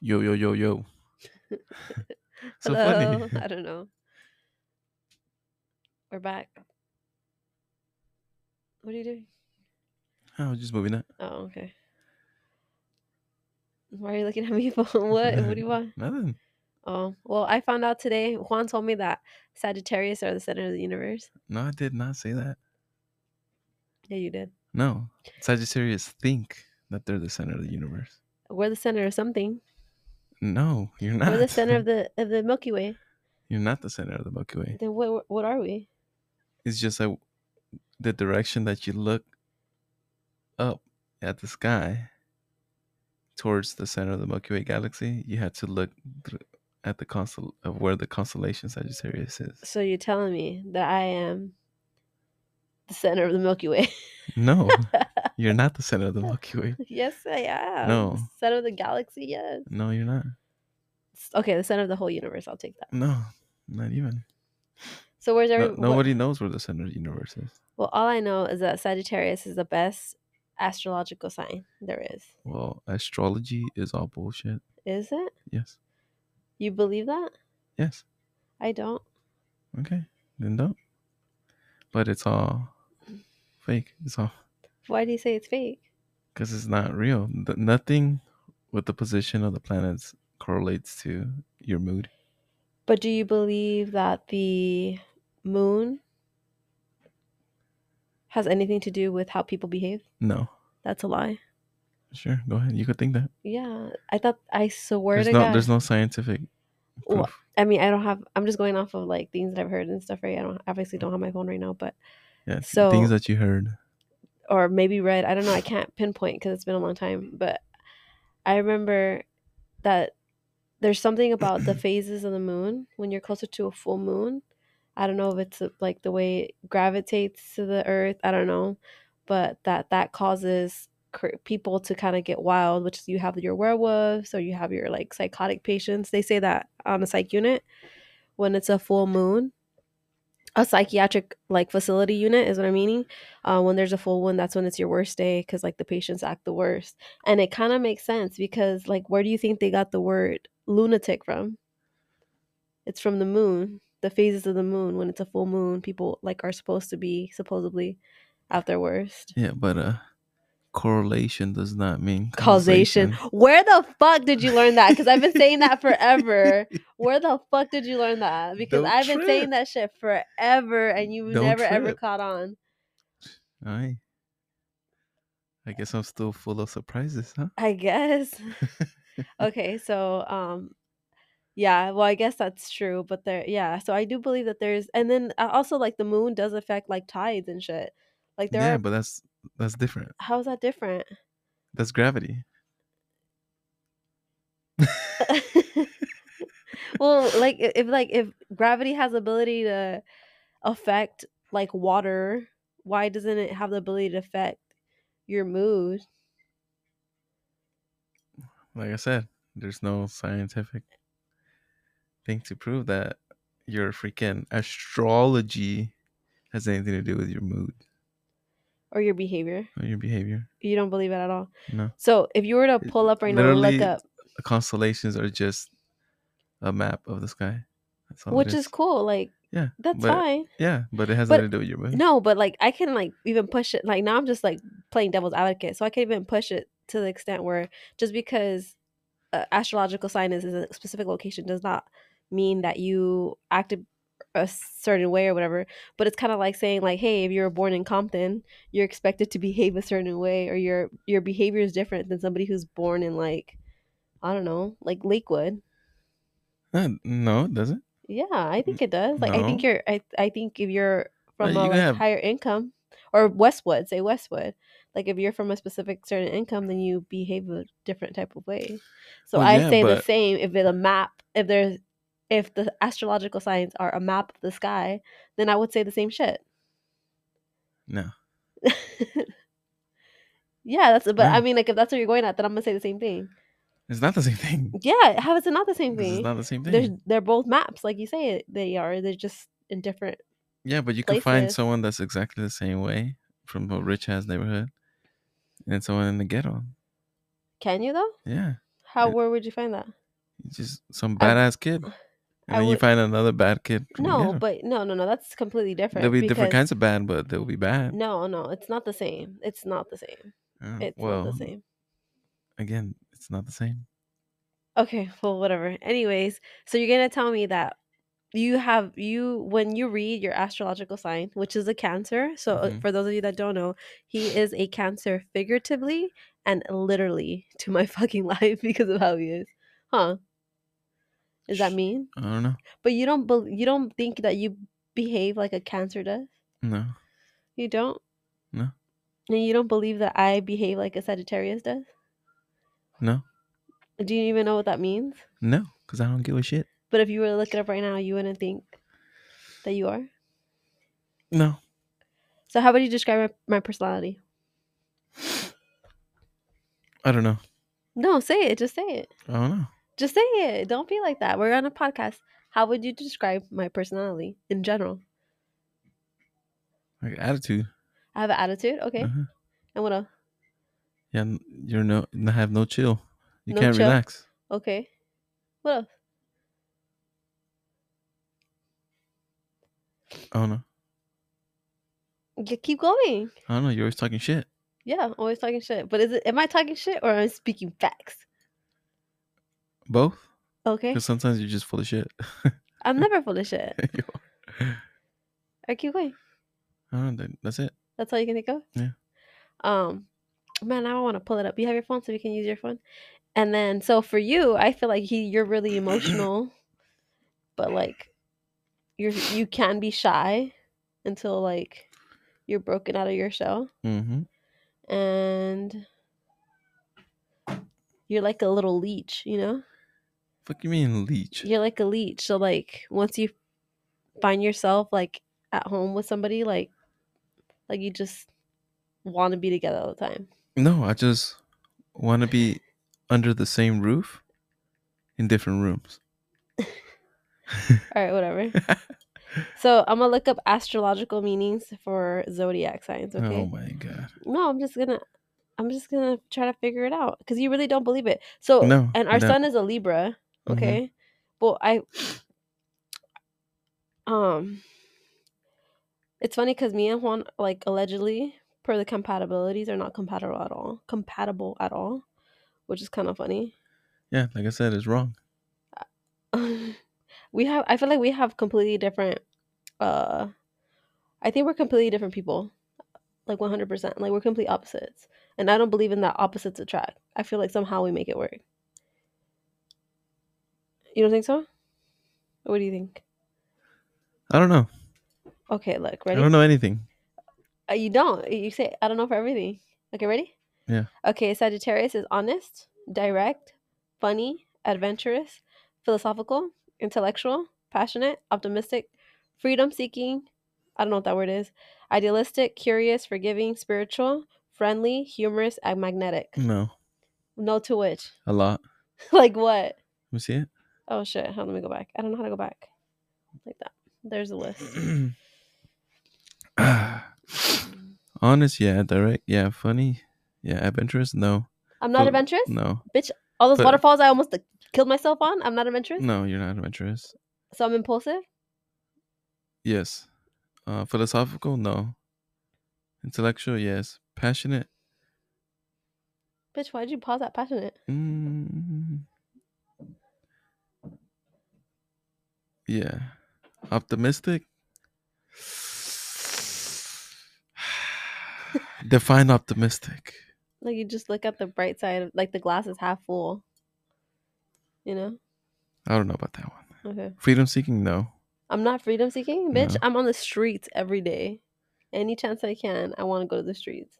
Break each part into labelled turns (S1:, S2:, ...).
S1: Yo, yo, yo, yo. So
S2: Hello.
S1: funny.
S2: I don't know. We're back. What are you doing?
S1: I was just moving it.
S2: Oh, okay. Why are you looking at me for what? What do you want?
S1: Nothing.
S2: Oh, well, I found out today. Juan told me that Sagittarius are the center of the universe.
S1: No, I did not say that.
S2: Yeah, you did.
S1: No. Sagittarius think that they're the center of the universe.
S2: We're the center of something.
S1: No, you're not.
S2: We're the center of the of the Milky Way.
S1: You're not the center of the Milky Way.
S2: Then what? What are we?
S1: It's just like the direction that you look up at the sky towards the center of the Milky Way galaxy, you had to look thr- at the constel of where the constellation Sagittarius is.
S2: So you're telling me that I am the center of the Milky Way?
S1: No, you're not the center of the Milky Way.
S2: yes, I am.
S1: No.
S2: Center of the galaxy. Yes.
S1: No, you're not.
S2: S- Okay, the center of the whole universe. I'll take that.
S1: No, not even.
S2: So where's
S1: No-
S2: every? what-
S1: nobody knows where the center of the universe is.
S2: well, all I know is that Sagittarius is the best astrological sign there is.
S1: Well, astrology is all bullshit.
S2: Is it?
S1: Yes.
S2: You believe that?
S1: Yes.
S2: I don't.
S1: Okay. Then don't. But it's all fake. It's all
S2: Why do you say it's fake?
S1: because it's not real. Th- nothing with the position of the planets correlates to your mood.
S2: But do you believe that the moon has anything to do with how people behave?
S1: No.
S2: That's a lie.
S1: Sure. Go ahead. You could think that.
S2: Yeah, I thought I swear
S1: There's
S2: to
S1: no.
S2: God.
S1: There's no scientific.
S2: Well,
S1: Proof.
S2: I mean, I don't have. I'm just going off of like things that I've heard and stuff. Right? I don't obviously don't have my phone right now, but
S1: yeah. th-
S2: so-
S1: things that you heard.
S2: or maybe read. I don't know. I can't pinpoint because it's been a long time. But I remember that there's something about the phases of the moon when you're closer to a full moon. I don't know if it's uh, like the way it gravitates to the earth. I don't know, but that that causes cr- people to kind of get wild. Which is you have your werewolves or you have your like psychotic patients. They say that on a psych unit when it's a full moon. A psychiatric like facility unit is what I'm meaning. Uh, when there's a full one, that's when it's your worst day because like the patients act the worst, and it kind of makes sense because like where do you think they got the word lunatic from? It's from the moon, the phases of the moon. When it's a full moon, people like are supposed to be supposedly at their worst.
S1: Yeah, but uh, correlation does not mean
S2: Causation. Where the fuck did you learn that? Because I've been saying that forever. Where the fuck did you learn that? Because
S1: Don't
S2: I've been saying
S1: trip.
S2: that shit forever, and you
S1: Don't
S2: never ever
S1: trip.
S2: caught on.
S1: All right. I guess I'm still full of surprises, huh?
S2: I guess. okay, so um yeah, well I guess that's true, but there yeah, so I do believe that there's and then uh, also like the moon does affect like tides and shit. Like there
S1: yeah,
S2: are
S1: but that's that's different.
S2: how is that different?
S1: That's gravity.
S2: well, like i- if like if gravity has ability to affect like water, why doesn't it have the ability to affect your mood?
S1: Like I said, there's no scientific thing to prove that your freaking astrology has anything to do with your mood
S2: Or your behavior.
S1: or your behavior.
S2: You don't believe it at all.
S1: No.
S2: So if you were to
S1: It-
S2: pull up right now and look
S1: literally,
S2: up
S1: Constellations are just a map of the sky. That's all Oh, it
S2: which is cool like
S1: Yeah,
S2: that's
S1: but-
S2: fine
S1: Yeah, but it has
S2: But-
S1: nothing to do with your mood.
S2: no but like i can like even push it like now i'm just like playing devil's advocate so i can even push it to the extent where just because uh, astrological sign is in a specific location does not mean that you acted a certain way or whatever but it's kind of like saying like hey if you were born in compton you're expected to behave a certain way or your your behavior is different than somebody who's born in like i don't know like lakewood
S1: Uh, No, it doesn't.
S2: Yeah, I think it does. Like I think
S1: No. Uh,
S2: you're I, I think if you're from
S1: you
S2: a
S1: can
S2: like,
S1: have-
S2: higher income or Westwood, say Westwood. Like if you're from a specific certain income, then you behave a different type of way. So
S1: Well,
S2: I
S1: yeah,
S2: say the
S1: but-
S2: same if it's a map if there's if the astrological signs are a map of the sky, then I would say the same shit.
S1: No.
S2: yeah, that's but
S1: Yeah.
S2: I mean like if that's what you're going at, then I'm gonna say the same thing.
S1: It's not the same thing.
S2: Yeah, how is it not the same
S1: This is
S2: thing?
S1: not the same thing.
S2: They're they're both maps, like you say it they are. They're just in different
S1: Yeah, but you can find
S2: places.
S1: someone that's exactly the same way from a rich ass neighborhood and someone in the ghetto.
S2: can you though?
S1: Yeah.
S2: How
S1: It-
S2: where would you find that?
S1: He's just some
S2: I-
S1: badass kid. And
S2: I
S1: then you
S2: would-
S1: find another bad kid. you
S2: No,
S1: know.
S2: but no, no, no. That's completely different.
S1: there'll be different
S2: because-
S1: kinds of bad, but they'll be bad.
S2: No, no, it's not the same. It's not the same.
S1: Yeah,
S2: It's
S1: Oh, well,
S2: not the same.
S1: again, it's not the same.
S2: Okay, well, whatever. Anyways, so you're gonna tell me that you have you when you read your astrological sign, which is a Cancer. So uh
S1: Mhm.
S2: for those of you that don't know, he is a Cancer figuratively and literally to my fucking life because of how he is, huh? Does that
S1: Sh-
S2: mean?
S1: I don't know.
S2: But you don't bel you don't think that you behave like a Cancer does.
S1: No,
S2: You don't.
S1: No.
S2: And you don't believe that I behave like a Sagittarius does.
S1: no,
S2: Do you even know what that means?
S1: no, because I don't give a shit.
S2: But if you were to look it up right now, you wouldn't think that you are.
S1: No,
S2: So how would you describe my, my personality?
S1: I don't know.
S2: No, say it. Just say it.
S1: I don't know.
S2: Just say it. Don't be like that. We're on a podcast. How would you describe my personality in general?
S1: Like attitude.
S2: I have an attitude, okay.
S1: Uh-huh.
S2: And what else?
S1: Yeah, n- you're no, n- have no chill. You
S2: No
S1: can't
S2: chill.
S1: relax.
S2: Okay. What else?
S1: I don't know.
S2: G- keep going.
S1: I don't know. You're always talking shit.
S2: Yeah, always talking shit. But is it? Am I talking shit or am I speaking facts?
S1: Both.
S2: Okay.
S1: Because sometimes you're just full of shit.
S2: I'm never full of shit.
S1: You are.
S2: I keep going.
S1: I don't know, that- that's it.
S2: That's all you can think of?
S1: Yeah.
S2: Um man, now I want to pull it up. You have your phone so we can use your phone. And then so for you, I feel like he you're really emotional, but like you're you can be shy until like you're broken out of your shell.
S1: hmm
S2: And you're like a little leech, you know?
S1: Fuck you mean leech?
S2: You're like a leech. So like once you find yourself like at home with somebody, like like you just want to be together all the time.
S1: No, I just want to be under the same roof in different rooms.
S2: All right, whatever. so I'm gonna look up astrological meanings for zodiac signs.
S1: Oh
S2: Okay.
S1: my god.
S2: no, I'm just gonna, I'm just gonna try to figure it out because you really don't believe it. So
S1: No.
S2: Oh, and our
S1: no.
S2: son is a Libra.
S1: Mhm.
S2: Okay. Well, I, um, it's funny because me and Juan like allegedly per the compatibilities are not compatible at all. Compatible at all, which is kind of funny.
S1: Yeah, like I said, it's wrong.
S2: we have i feel like we have completely different uh i think we're completely different people like 100% like we're complete opposites and i don't believe in that opposites attract i feel like somehow we make it work you don't think so Or what do you think
S1: I don't know.
S2: okay look
S1: I
S2: ready
S1: don't know anything.
S2: Uh, you don't you say i don't know for everything okay ready
S1: Yeah.
S2: okay sagittarius is honest direct funny adventurous philosophical intellectual passionate optimistic freedom seeking i don't know what that word is idealistic curious forgiving spiritual friendly humorous and magnetic
S1: No,
S2: no to which
S1: a lot.
S2: like what
S1: Let me see
S2: oh shit hold on, let me go back i don't know how to go back like that there's a list
S1: it. Honest, yeah. Direct, yeah. Funny, yeah. Adventurous, no,
S2: i'm not
S1: Phil-
S2: adventurous
S1: no,
S2: all those
S1: but-
S2: waterfalls i almost like, killed myself on i'm not adventurous
S1: no. You're not adventurous.
S2: So I'm impulsive.
S1: Yes. Uh, philosophical, no. Intellectual, yes. Passionate,
S2: Bitch, why'd you pause that passionate?
S1: mm. yeah. Optimistic. Define optimistic.
S2: Like you just look at the bright side of like the glass is half full. You know?
S1: I don't know about that one.
S2: Okay.
S1: Freedom seeking, no.
S2: I'm not freedom seeking, bitch.
S1: No.
S2: I'm on the streets every day. Any chance I can, I want to go to the streets.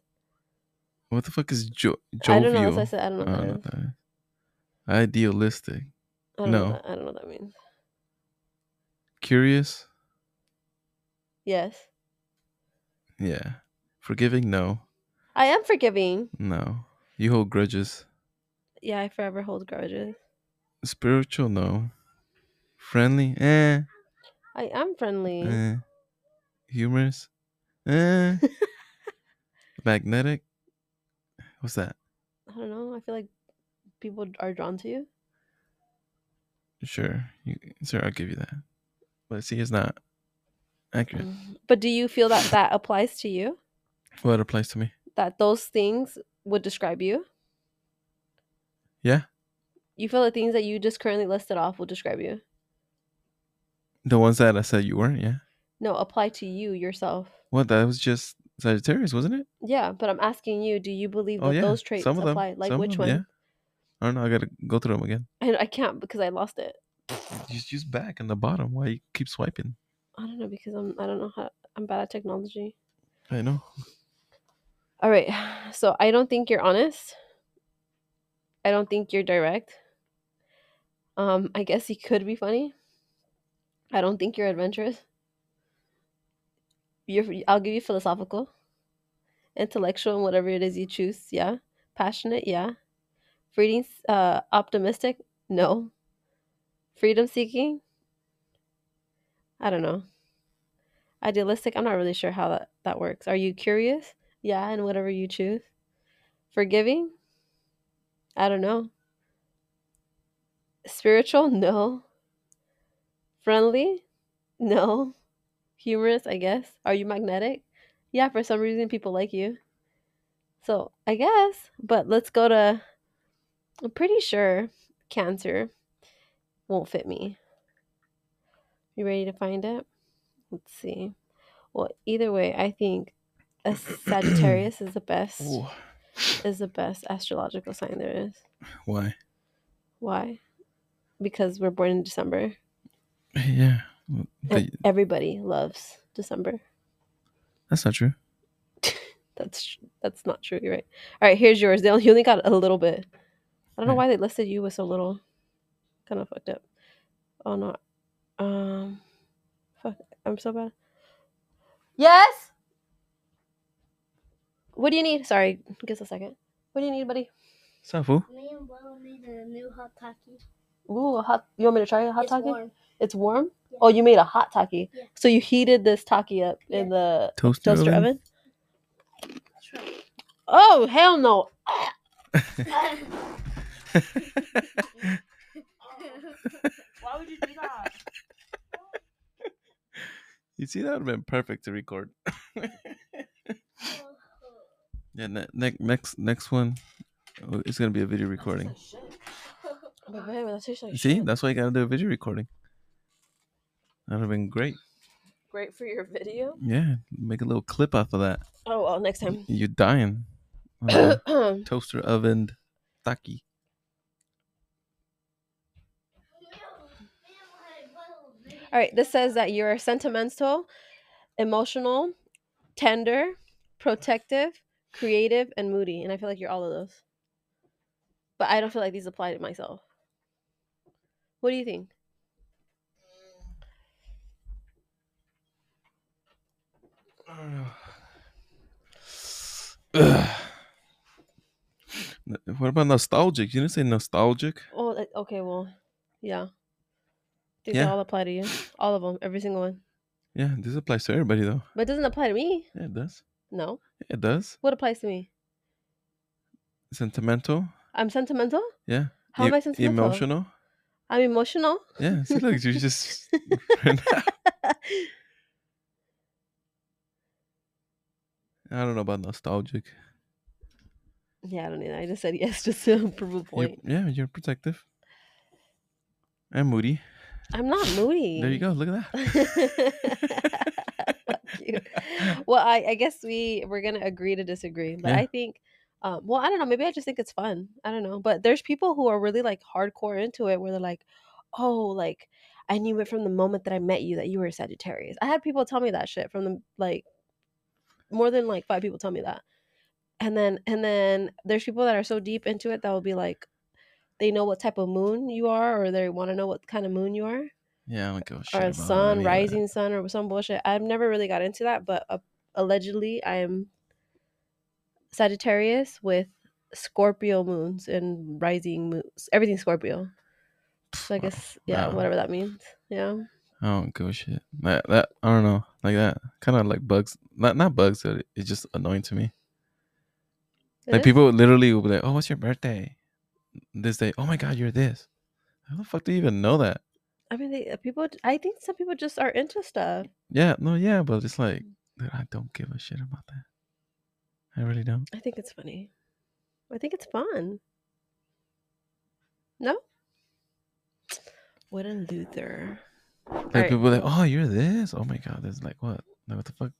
S1: What the fuck is jo-
S2: I
S1: jovial?
S2: don't know. That's what I said. I don't know.
S1: I
S2: What
S1: don't
S2: that
S1: know
S2: is.
S1: what that is. Idealistic,
S2: I don't know.
S1: No.
S2: What that, I don't know what that means.
S1: curious,
S2: Yes,
S1: yeah. Forgiving, no,
S2: I am forgiving.
S1: no. You hold grudges.
S2: Yeah, I forever hold grudges.
S1: Spiritual, no. Friendly, eh,
S2: I am friendly.
S1: eh. Humorous, eh. Magnetic, what's that?
S2: I don't know. I feel like people are drawn to you?
S1: Sure, you, sir, I'll give you that. But see, it's not
S2: Mm.
S1: accurate.
S2: But do you feel that that applies to you?
S1: Well, it applies to me.
S2: That those things would describe you?
S1: Yeah,
S2: You feel the things that you just currently listed off will describe you?
S1: the ones that I said you weren't. Yeah.
S2: No, apply to you yourself.
S1: What? That was just Sagittarius, wasn't it?
S2: Yeah, but I'm asking you, do you believe that
S1: Oh yeah.
S2: those traits
S1: Some of them.
S2: apply? Like
S1: Some of
S2: which
S1: them,
S2: one?
S1: Yeah. I don't know. I gotta go through them again.
S2: And I can't because I lost it.
S1: Just use back in the bottom. Why you keep swiping?
S2: I don't know because I'm I don't know how I'm bad at technology.
S1: I know.
S2: All right. So I don't think you're honest. I don't think you're direct. Um, I guess you could be funny. I don't think you're adventurous. You're I'll give you philosophical, intellectual, and whatever it is you choose. Yeah. Passionate, yeah. Freedom uh optimistic? No. Freedom seeking? I don't know. Idealistic? I'm not really sure how that, that works. Are you curious? Yeah, and whatever you choose. Forgiving? I don't know. Spiritual? No. Friendly? No. Humorous, I guess. Are you magnetic? Yeah, for some reason people like you. So, I guess, but let's go to I'm pretty sure cancer won't fit me. You ready to find it? Let's see. Well, either way, I think a Sagittarius is the best
S1: Ooh.
S2: is the best astrological sign there is.
S1: Why?
S2: Why? Because we're born in December.
S1: Yeah. well,
S2: And
S1: they-
S2: everybody loves December.
S1: that's not true.
S2: That's tr- that's not true. You're right. All right, here's yours. They only, you only got a little bit. I don't know
S1: Right.
S2: why they listed you with so little. Kind of fucked up. Oh no. Um. Fuck. I'm so bad. Yes. What do you need? Sorry. Give us a second. What do you need, buddy?
S1: Safu.
S3: Me and Will made a new hot taki.
S2: Ooh, a hot. You want me to try a hot
S3: it's
S2: taki?
S3: warm.
S2: It's warm.
S3: Yeah.
S2: Oh, you made a hot taki.
S3: Yeah.
S2: So you heated this taki up in the
S1: Toaster,
S2: toaster
S1: oven?
S2: oven.
S3: That's right.
S2: Oh hell no! Ah,
S3: Why would you do that?
S1: you see, that would have been perfect to record. Yeah. Ne- ne- next, next one. oh, It's gonna be a video recording.
S2: but babe, that tastes like
S1: See,
S2: shit.
S1: that's why you gotta do a video recording. That'd have been great.
S2: great for your video.
S1: Yeah, make a little clip off of that.
S2: Oh well, next
S1: Y-
S2: time.
S1: You're dying. on the
S2: All
S1: toaster oven taki.
S2: right, this says that you are sentimental, emotional, tender, protective, creative, and moody, and I feel like you're all of those. But I don't feel like these apply to myself. What do you think?
S1: Ugh. N- What about nostalgic? You didn't say nostalgic.
S2: Oh, like, okay, well, yeah. Do they
S1: Yeah.
S2: all apply to you? All of them, every single one.
S1: Yeah, this applies to everybody though.
S2: But it doesn't apply to me.
S1: Yeah, it does.
S2: No.
S1: Yeah, it does.
S2: What applies to me?
S1: Sentimental.
S2: I'm sentimental.
S1: Yeah. E-,
S2: How am I sentimental?
S1: Emotional.
S2: I'm emotional.
S1: Yeah. See, look, you just. I don't know about nostalgic.
S2: yeah, I don't either. I just said yes just to prove a
S1: You're,
S2: point.
S1: yeah, you're protective. And moody.
S2: I'm not moody.
S1: There you go. Look at that.
S2: Fuck you. Well, I, I guess we we're gonna agree to disagree, but
S1: Yeah.
S2: I think, um, well, I don't know. Maybe I just think it's fun. I don't know. But there's people who are really like hardcore into it, where they're like, oh, like I knew it from the moment that I met you that you were a Sagittarius. I had people tell me that shit from the like more than like five people tell me that, and then and then there's people that are so deep into it that will be like, they know what type of moon you are, or they want to know what kind of moon you are
S1: yeah, I don't give a shit.
S2: or
S1: about any
S2: sun,
S1: of that.
S2: rising sun, or some bullshit. I've never really got into that, but uh, allegedly I am Sagittarius with Scorpio moons and rising moons. Everything Scorpio. So I guess yeah,
S1: Wow.
S2: whatever that means. Yeah.
S1: I don't give a shit. That, that I don't know. Like that kind of like bugs. Not not bugs. But it- it's just annoying to me.
S2: It
S1: like
S2: is?
S1: people literally will be like, "Oh, what's your birthday?" this day, oh my God, you're this. How the fuck do you even know that?
S2: I mean, they, uh, people. I think some people just are into stuff.
S1: Yeah, no, yeah, but it's like, dude, I don't give a shit about that. I really don't.
S2: I think it's funny. I think it's fun. No. What a Luther.
S1: Like
S2: Alright.
S1: people like, oh, you're this. Oh my God, that's like what? Like what the fuck?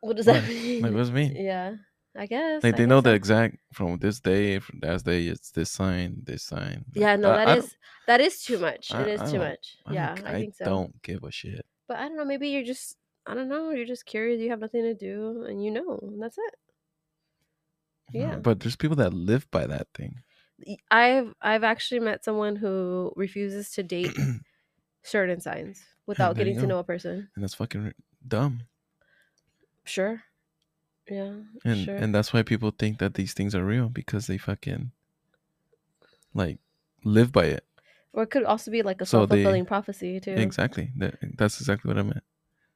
S2: What does
S1: What?
S2: that mean?
S1: Like what's me?
S2: yeah, I guess.
S1: Like
S2: I
S1: they know
S2: guess
S1: the
S2: so.
S1: exact from this day, from last day, it's this sign, this sign. Like,
S2: Yeah, no,
S1: I-
S2: that
S1: I
S2: is
S1: don't-
S2: that is too much.
S1: I-
S2: it is
S1: I
S2: too
S1: don't-
S2: much.
S1: I don't-
S2: yeah, I, think so.
S1: don't give a shit.
S2: But I don't know. Maybe you're just I don't know. You're just curious. You have nothing to do, and you know and that's it.
S1: No,
S2: Yeah.
S1: Uh, but there's people that live by that thing.
S2: Y- I've I've actually met someone who refuses to date
S1: and
S2: certain signs without
S1: there you
S2: getting to
S1: go.
S2: know a person.
S1: that's fucking dumb.
S2: Sure. Yeah.
S1: And
S2: sure.
S1: and that's why people think that these things are real because they fucking like live by it.
S2: or it could also be like a
S1: So
S2: self
S1: they-
S2: fulfilling prophecy too.
S1: Exactly. That, that's exactly what I meant.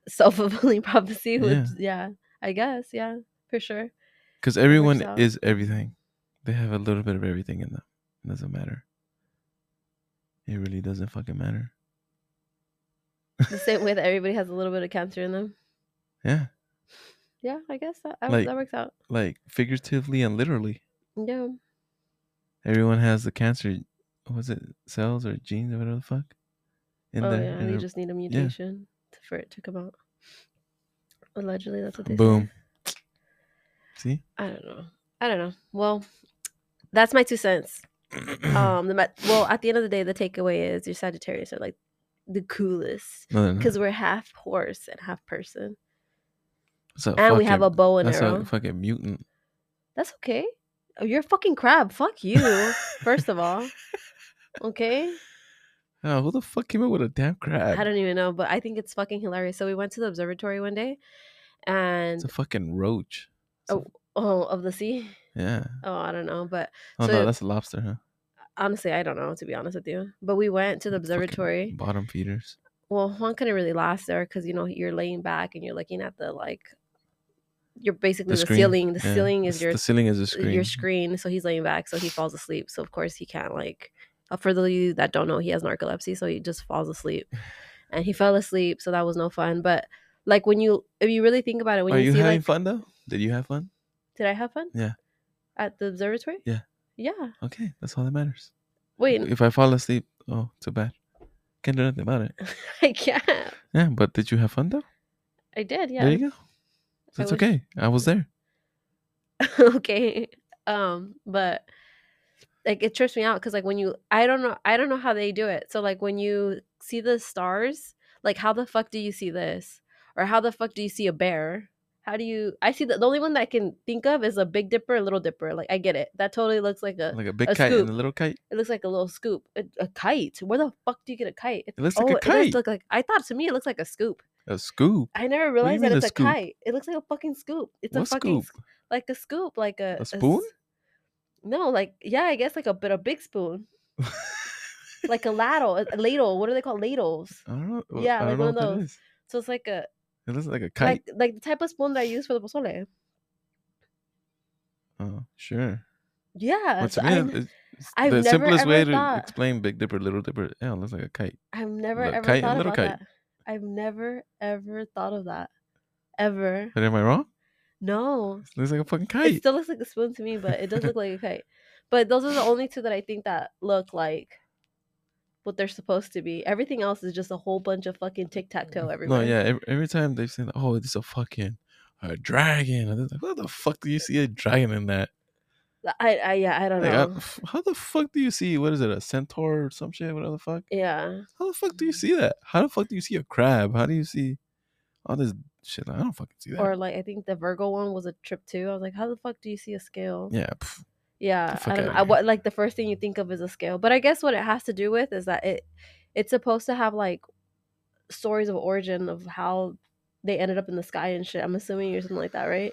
S2: self fulfilling prophecy. Which, yeah. I guess. Yeah, for sure.
S1: Because everyone
S2: out.
S1: is everything. They have a little bit of everything in them. It doesn't matter. It really doesn't fucking matter.
S2: The same way that everybody has a little bit of cancer in them.
S1: Yeah.
S2: Yeah, I guess that I,
S1: Like-
S2: that works out.
S1: Like figuratively and literally.
S2: Yeah.
S1: Everyone has the cancer what was it cells or genes or whatever the fuck? In
S2: oh
S1: there.
S2: yeah,
S1: in
S2: you
S1: their-
S2: just need a mutation to, for it to come out. Allegedly, that's what they. say.
S1: boom. See?
S2: I don't know. I don't know. Well, that's my two cents. Um, the met- well, at the end of the day, the takeaway is your Sagittarius are like the coolest
S1: No, no, no.
S2: because we're half horse and half person,
S1: It's a
S2: and we have a
S1: fucking-
S2: bow and
S1: that's
S2: arrow.
S1: a fucking mutant.
S2: That's okay. Oh, you're a fucking crab. Fuck you. first of all, okay.
S1: Oh, who the fuck came up with a damn crab?
S2: I don't even know, but I think it's fucking hilarious. So we went to the observatory one day, and
S1: It's a fucking roach. It's a
S2: Oh. oh, of the sea.
S1: yeah.
S2: Oh, I don't know, but
S1: Oh
S2: So-
S1: no, that's a lobster, huh?
S2: honestly, I don't know to be honest with you. But we went to the
S1: Fucking
S2: observatory.
S1: bottom feeders.
S2: Well, Juan couldn't really last there because you know you're laying back and you're looking at the like, you're basically the,
S1: screen,
S2: ceiling. The
S1: yeah.
S2: ceiling is
S1: It's-
S2: your uh,
S1: the ceiling is a screen.
S2: your screen. So he's laying back, so he falls asleep. So of course he can't like. uh, For those of you that don't know, he has narcolepsy, so he just falls asleep, and he fell asleep. So that was no fun. But like when you if you really think about it, when
S1: Are
S2: you,
S1: you
S2: see
S1: having
S2: like,
S1: fun though? Did you have fun?
S2: did I have fun?
S1: Yeah.
S2: At the observatory.
S1: Yeah.
S2: Yeah.
S1: Okay, that's all that matters.
S2: Wait,
S1: If I fall asleep, oh, too bad. Can't do nothing about it.
S2: I can't.
S1: Yeah, but did you have fun though?
S2: I did. Yeah.
S1: There you go. That's
S2: wish-
S1: okay. I was there.
S2: okay um but like it trips me out because like when you i don't know i don't know how they do it so like when you see the stars like how the fuck do you see this or how the fuck do you see a bear how do you i see the, the only one that i can think of is a big dipper a little dipper like i get it that totally looks like a
S1: Like a big
S2: a
S1: kite
S2: scoop.
S1: and a little kite.
S2: it looks like a little scoop a, a kite where the fuck do you get a kite oh,
S1: It looks like a
S2: it does
S1: kite.
S2: look like i thought to me it looks like a scoop
S1: A scoop.
S2: i never
S1: do you
S2: realized that
S1: mean a
S2: it's a,
S1: scoop?
S2: kite it looks like a fucking scoop it's
S1: what
S2: a fucking
S1: scoop?
S2: scoop like a scoop, like a,
S1: A
S2: s-
S1: spoon?
S2: no, like yeah, I guess like a bit a big spoon, like a ladle, a a ladle. What are they called? Ladles.
S1: I don't know. Well,
S2: Yeah,
S1: I don't
S2: like
S1: know
S2: one of
S1: what that
S2: those.
S1: is.
S2: So it's like a
S1: It looks like a
S2: like
S1: kite.
S2: like the type of spoon that I use for the pozole.
S1: oh, sure.
S2: Yeah,
S1: What's
S2: so
S1: it
S2: I,
S1: mean?
S2: n-
S1: It's- it's
S2: I've
S1: the
S2: never
S1: simplest way
S2: ever
S1: to
S2: thought-
S1: explain Big Dipper, Little Dipper. Yeah, it looks like a kite.
S2: I've never
S1: Look,
S2: ever
S1: kite and
S2: thought
S1: little
S2: about
S1: kite.
S2: that. I've never ever thought of that, ever.
S1: But am I wrong?
S2: No,
S1: It looks like a fucking
S2: it
S1: kite.
S2: still looks like a spoon to me, but it does look like a kite. But those are the only two that I think that look like what they're supposed to be. Everything else is just a whole bunch of fucking tic tac toe everywhere.
S1: Mm. No, yeah. Every, every time they've seen, oh, it's a fucking a dragon. And it's like, what the fuck do you see a dragon in that?
S2: Th- I, I yeah, I don't
S1: Like, I-
S2: know.
S1: f- how the fuck do you see? What is it? A centaur or some shit? What the fuck?
S2: yeah,
S1: How the fuck do
S2: Mm-hmm.
S1: you see that? How the fuck do you see a crab? How do you see all this shit? Like, I don't fucking see that.
S2: or like I think the Virgo one was a trip too. I was like, how the fuck do you see a scale?
S1: yeah, pff,
S2: Yeah,
S1: fuck
S2: I don't
S1: outta
S2: know. I,
S1: here.
S2: what like the first thing you think of is a scale, but I guess what it has to do with is that it it's supposed to have like stories of origin of how they ended up in the sky and shit. I'm assuming you're something like that, right?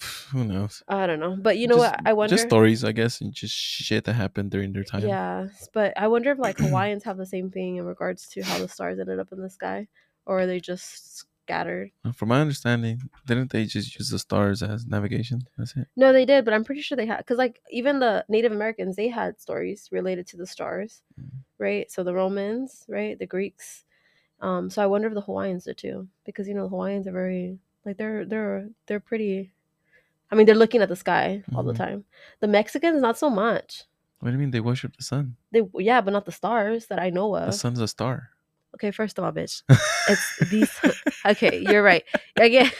S1: pff, who knows?
S2: I don't know, but you know
S1: Just-
S2: what? I wonder.
S1: Just stories, I guess, and just shit that happened during their time.
S2: Yeah, but I wonder if like Hawaiians have the same thing in regards to how the stars ended up in the sky, or are they just scattered.
S1: Uh, From my understanding, didn't they just use the stars as navigation? That's it.
S2: No, they did, but I'm pretty sure they had because like even the Native Americans they had stories related to the stars,
S1: Mhm.
S2: right? So the Romans, right? The Greeks. Um, so I wonder if the Hawaiians did too, because you know the Hawaiians are very like they're they're they're pretty. I mean, they're looking at the sky all the
S1: Mhm.
S2: time. The Mexicans, not so much.
S1: What do you mean they worship the sun?
S2: They yeah, but not the stars that I know
S1: The
S2: of.
S1: sun's a star.
S2: Okay, first of all, bitch, it's these. Okay, you're right. I get,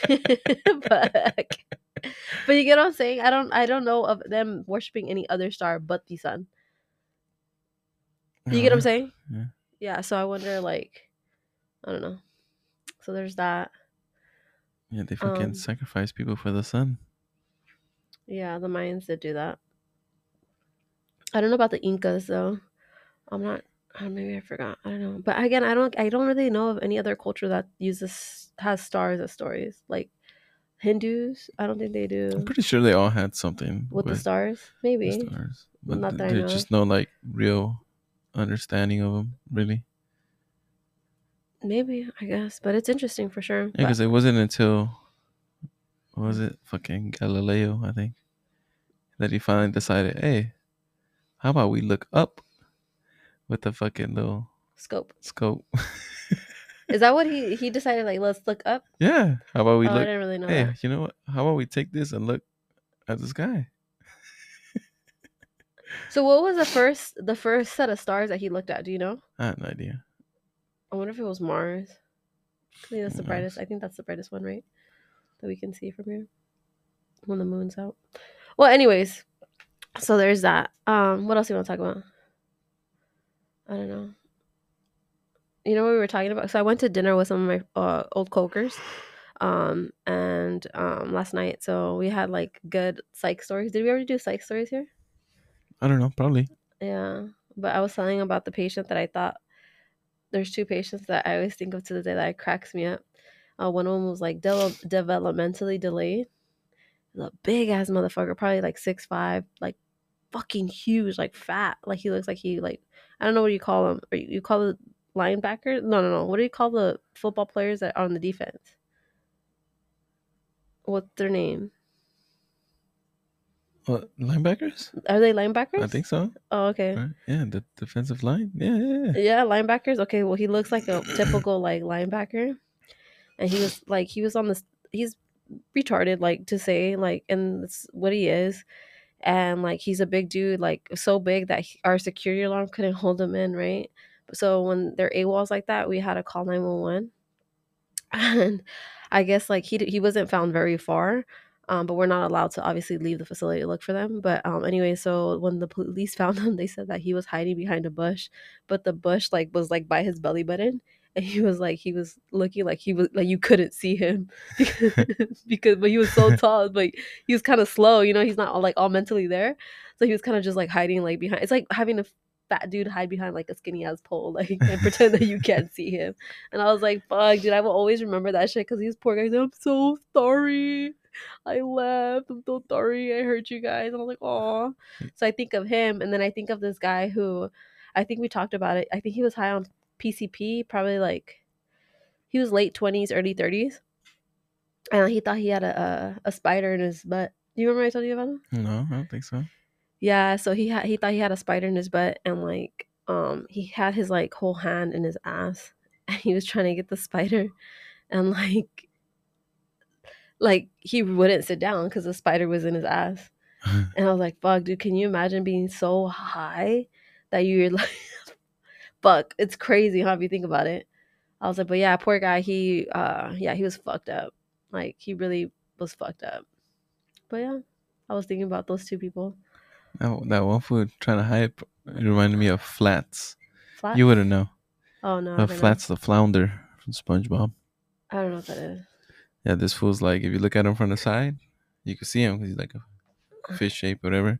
S2: but, but you get what I'm saying. I don't. I don't know of them worshiping any other star but the sun. You get what I'm saying?
S1: Uh-huh. Yeah.
S2: Yeah. So I wonder, like, I don't know. So there's that.
S1: Yeah, they fucking
S2: Um,
S1: sacrifice people for the sun.
S2: Yeah, the Mayans did do that. I don't know about the Incas though. I'm not. Oh, maybe I forgot. I don't know. But again, I don't. I don't really know of any other culture that uses has stars as stories. Like Hindus, I don't think they do
S1: I'm pretty sure they all had something
S2: with the stars.
S1: the
S2: Maybe.
S1: stars, but
S2: Not
S1: th-
S2: that I know
S1: there's
S2: of.
S1: just no like real understanding of them, really.
S2: Maybe I guess. But it's interesting for sure.
S1: Yeah,
S2: But-
S1: because it wasn't until what was it fucking Galileo, I think, that he finally decided, hey, how about we look up with the fucking little
S2: scope.
S1: scope?
S2: Is that what he he decided? Like, let's look up.
S1: yeah, how about we
S2: oh, I
S1: look?
S2: didn't really know.
S1: Hey,
S2: that.
S1: you know what? How about we take this and look at the sky?
S2: So what was the first the first set of stars that he looked at? Do you know?
S1: I have no idea.
S2: I wonder if it was Mars. I think that's the
S1: Who knows?
S2: brightest. I think that's the brightest one, right? That we can see from here when the moon's out. Well, anyways, so there's that. Um, what else do you want to talk about? I don't know. You know what we were talking about? So I went to dinner with some of my uh, old cokers, um, and um, last night. So we had like good psych stories. Did we already do psych stories here?
S1: I don't know. Probably.
S2: Yeah, but I was telling about the patient that I thought there's two patients that I always think of to the day that it cracks me up. Uh, one of them was like de- developmentally delayed, the big ass motherfucker, probably like six five, like fucking huge, like fat, like he looks like he like I don't know what you call him. Or you, you call the linebacker? No, no, no. What do you call the football players that are on the defense? What's their name?
S1: What linebackers?
S2: Are they linebackers?
S1: I think so.
S2: Oh, okay.
S1: Right? Yeah, the defensive line. Yeah, yeah, yeah.
S2: Yeah, linebackers. Okay, well, he looks like a typical like linebacker, and he was like he was on this. He's retarded, like to say like, and that's what he is, and like he's a big dude, like so big that he- our security alarm couldn't hold him in, right? So when they're AWOLs like that, we had to call nine one one, and I guess like he d- he wasn't found very far. Um, but we're not allowed to obviously leave the facility to look for them. But um, anyway, so when the police found him, they said that he was hiding behind a bush but the bush like was like by his belly button and he was like he was looking like he was like you couldn't see him because, because but he was so tall but he was kind of slow you know he's not all like all mentally there so he was kind of just like hiding like behind it's like having a fat dude hide behind like a skinny ass pole like and pretend that you can't see him and i was like fuck dude i will always remember that shit because these poor guys i'm so sorry i left i'm so sorry i hurt you guys and i was like oh so i think of him and then i think of this guy who I think we talked about it. I think he was high on PCP, probably like he was late twenties, early thirties, and he thought he had a, a a spider in his butt. You remember I told you about him?
S1: No, I don't think so.
S2: Yeah, so he had he thought he had a spider in his butt, and like um he had his like whole hand in his ass, and he was trying to get the spider, and like like he wouldn't sit down because the spider was in his ass. And I was like, fuck, dude, can you imagine being so high that you're like, fuck, it's crazy, huh? If you think about it. I was like, but yeah, poor guy, he, uh, yeah, he was fucked up. Like, he really was fucked up. But yeah, I was thinking about those two people.
S1: that, that one food trying to hype. It reminded me of flats.
S2: Flat?
S1: You wouldn't know.
S2: oh, no. I
S1: Uh,
S2: don't know.
S1: Flats the flounder from SpongeBob.
S2: I don't know what that is.
S1: Yeah, this fool's like if you look at him from the side, you can see him because he's like a fish shape, whatever.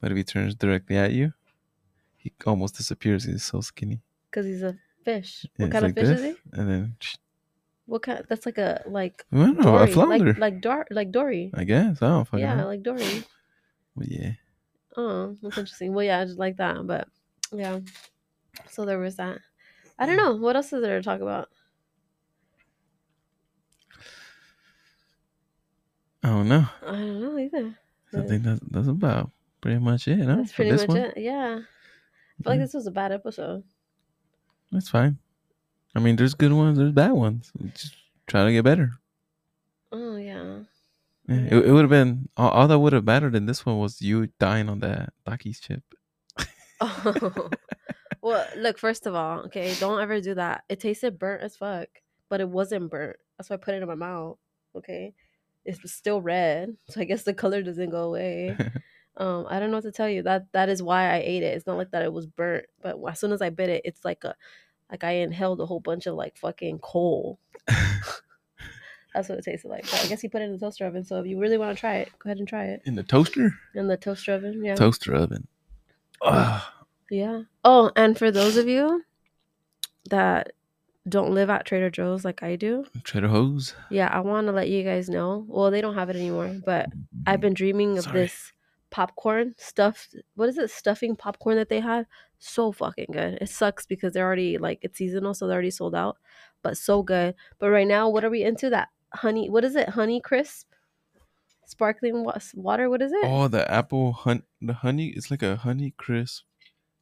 S1: But if he turns directly at you, he almost disappears. He's so skinny.
S2: Because he's a fish.
S1: Yeah,
S2: What
S1: it's
S2: kind of
S1: like
S2: fish
S1: this,
S2: is he?
S1: And then,
S2: What kind? That's like a, like,
S1: I don't know, a
S2: dory.
S1: flounder.
S2: Like, like, Dor- like Dory.
S1: I guess. I don't fucking
S2: yeah,
S1: know.
S2: like Dory.
S1: But yeah.
S2: Oh, that's interesting. Well, yeah, I just like that, but yeah. So there was that. I don't know what else is there to talk about.
S1: I don't know.
S2: I don't know either.
S1: So I
S2: Uh,
S1: think that's, that's about pretty much it. Huh?
S2: That's
S1: For
S2: pretty
S1: this
S2: much
S1: one? Mm-hmm.
S2: it. Yeah. I feel like
S1: Yeah.
S2: this was a bad episode.
S1: That's fine. I mean, there's good ones, there's bad ones. We just try to get better.
S2: Oh yeah.
S1: Yeah,
S2: Yeah.
S1: it, it would have been all, all that would have mattered in this one was you dying on that Takis chip.
S2: Oh. well, look. First of all, okay, don't ever do that. It tasted burnt as fuck, but it wasn't burnt. That's why I put it in my mouth. Okay, it's still red, so I guess the color doesn't go away. Um, I don't know what to tell you. That that is why I ate it. It's not like that it was burnt, but as soon as I bit it, it's like a like I inhaled a whole bunch of like fucking coal. That's what it tasted like. But I guess he put it in the toaster oven. So if you really want to try it, go ahead and try it
S1: in the toaster?
S2: in the toaster oven. Yeah.
S1: Toaster oven. Ugh.
S2: Yeah. Oh, and for those of you that don't live at Trader Joe's like I do,
S1: Trader Joe's.
S2: yeah, I want to let you guys know. Well, they don't have it anymore, but I've been dreaming of
S1: Sorry.
S2: this popcorn stuffed. What is it? Stuffing popcorn that they had. So fucking good. It sucks because they're already like it's seasonal, so they're already sold out. But so good. But right now, what are we into? That honey. What is it? Honey crisp, sparkling wa- water. What is it?
S1: Oh, the apple hun- the honey. It's like a honey crisp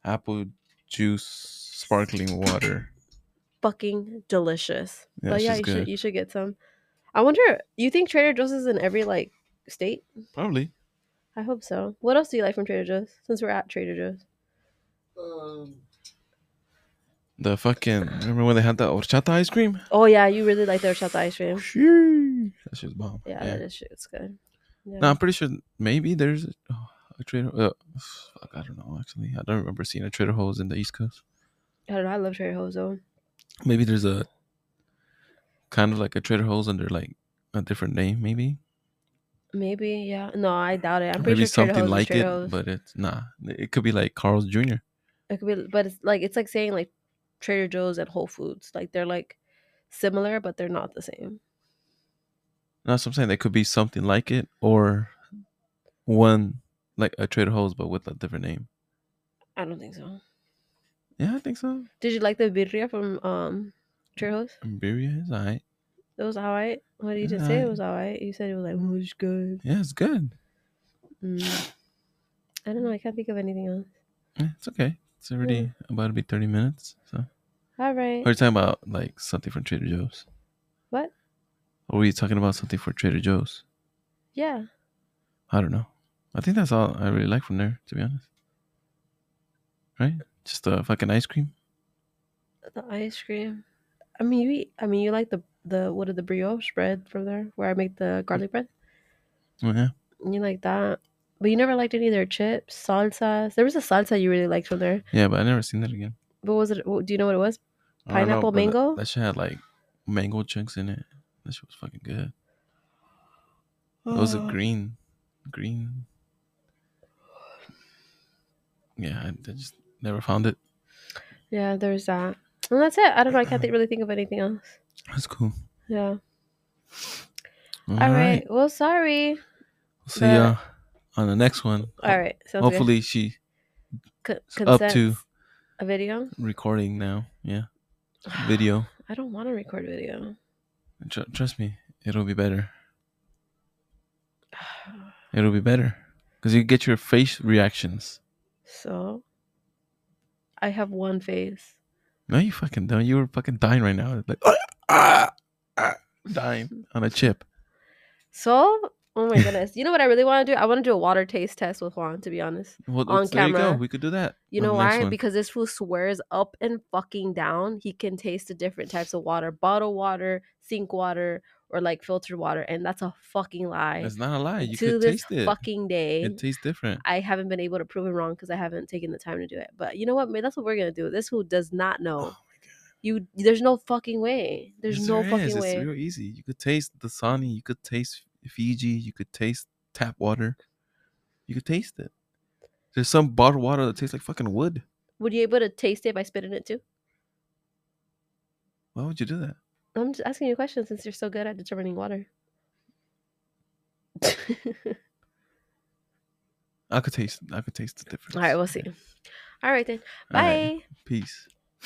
S1: apple juice sparkling water.
S2: fucking delicious.
S1: Yeah,
S2: but
S1: it's
S2: yeah, you
S1: just
S2: should
S1: good.
S2: you should get some. I wonder. You think Trader Joe's is in every like state?
S1: Probably.
S2: I hope so. What else do you like from Trader Joe's? Since we're at Trader Joe's,
S3: Um,
S1: The fucking remember when they had the horchata ice cream?
S2: oh yeah, you really like their horchata ice cream.
S1: Shee. That shit's bomb.
S2: Yeah, that is shit. It's good. Yeah.
S1: No, I'm pretty sure maybe there's a, oh, a Trader. Uh, fuck, I don't know. Actually, I don't remember seeing a Trader Joe's in the East Coast.
S2: I don't know. I love Trader Joe's though.
S1: Maybe there's a kind of like a Trader Joe's under like a different name. Maybe
S2: Maybe yeah. No, I doubt it. I'm pretty
S1: maybe
S2: sure Trader
S1: something
S2: Joe's
S1: like
S2: is
S1: it,
S2: Trader Joe's.
S1: but it's nah. It could be like Carl's Jr.
S2: It could be, but it's like it's like saying like Trader Joe's and Whole Foods. Like they're like similar, but they're not the same.
S1: No, That's what I'm saying. They could be something like it or one like a Trader Joe's but with a different name.
S2: I don't think so.
S1: Yeah, I think so.
S2: Did you like the birria from um Trader Joe's?
S1: Imberia is alright.
S2: It was alright. What did you just say? It
S1: Alright.
S2: was alright. You said it was like "Mm, it's good.
S1: Yeah, it's good.
S2: Mm. I don't know. I can't think of anything else.
S1: Yeah, it's okay. It's already about to be 30 minutes. So,
S2: All right.
S1: are you talking about like something from Trader Joe's?
S2: What?
S1: Or were you talking about something for Trader Joe's?
S2: Yeah.
S1: I don't know. I think that's all I really like from there, to be honest. Right? Just the fucking ice cream.
S2: The ice cream. I mean, you eat. I mean, you like the the what is the brioche bread from there where I make the garlic bread.
S1: Oh, yeah.
S2: You like that, but you never liked any of their chips, salsas. There was a salsa you really liked from there.
S1: Yeah, but I never seen that again.
S2: But was it? what- Do you know what it was?
S1: I don't but
S2: Pineapple
S1: that-
S2: mango?
S1: That shit had like mango chunks in it. That shit was fucking good. It was a
S2: Uh.
S1: green, green. Yeah, I, I just never found it.
S2: Yeah, there was that. And that's it. I don't know. I can't
S1: Uh-huh.
S2: thi- really think of anything else.
S1: That's cool.
S2: Yeah.
S1: All
S2: All
S1: right.
S2: right. Well, sorry.
S1: We'll see
S2: but-
S1: y'all on the next one.
S2: All right. Sounds good.
S1: Hopefully she
S2: Co-
S1: up to-
S2: consents a video.
S1: recording now. Yeah, video.
S2: I don't want to record video.
S1: Tr- trust me, it'll be better. It'll be better because you get your face reactions.
S2: So I have one face.
S1: No, you fucking don't. You were fucking dying right now. Like ah, ah, ah, dying on a chip.
S2: So oh my goodness. You know what I really want to do? I want to do a water taste test with Juan, to be honest.
S1: Well,
S2: On
S1: it's- there you
S2: camera.
S1: go. We could do that.
S2: You
S1: on
S2: know
S1: the Oh, next
S2: why?
S1: one.
S2: Because this fool swears up and fucking down. He can taste the different types of water. Bottle water, sink water, or like filtered water. And that's a fucking lie.
S1: it's not a lie. You
S2: to
S1: could
S2: this
S1: taste it.
S2: fucking day.
S1: It tastes different.
S2: I haven't been able to prove him wrong because I haven't taken the time to do it. But you know what? Maybe that's what we're gonna do. This who does
S1: Oh
S2: not know. You there's no fucking way. There's
S1: Yes,
S2: no
S1: there
S2: fucking
S1: is.
S2: way.
S1: It's real easy. You could taste Dasani. You could taste Fiji. You could taste tap water. You could taste it. There's some bottled water that tastes like fucking wood.
S2: Would you able to taste it by spitting it too?
S1: Why would you do that?
S2: I'm just asking you a question since you're so good at determining water.
S1: I could taste. I could taste the difference.
S2: All right, we'll see. All right then.
S1: All
S2: Bye.
S1: right. Peace.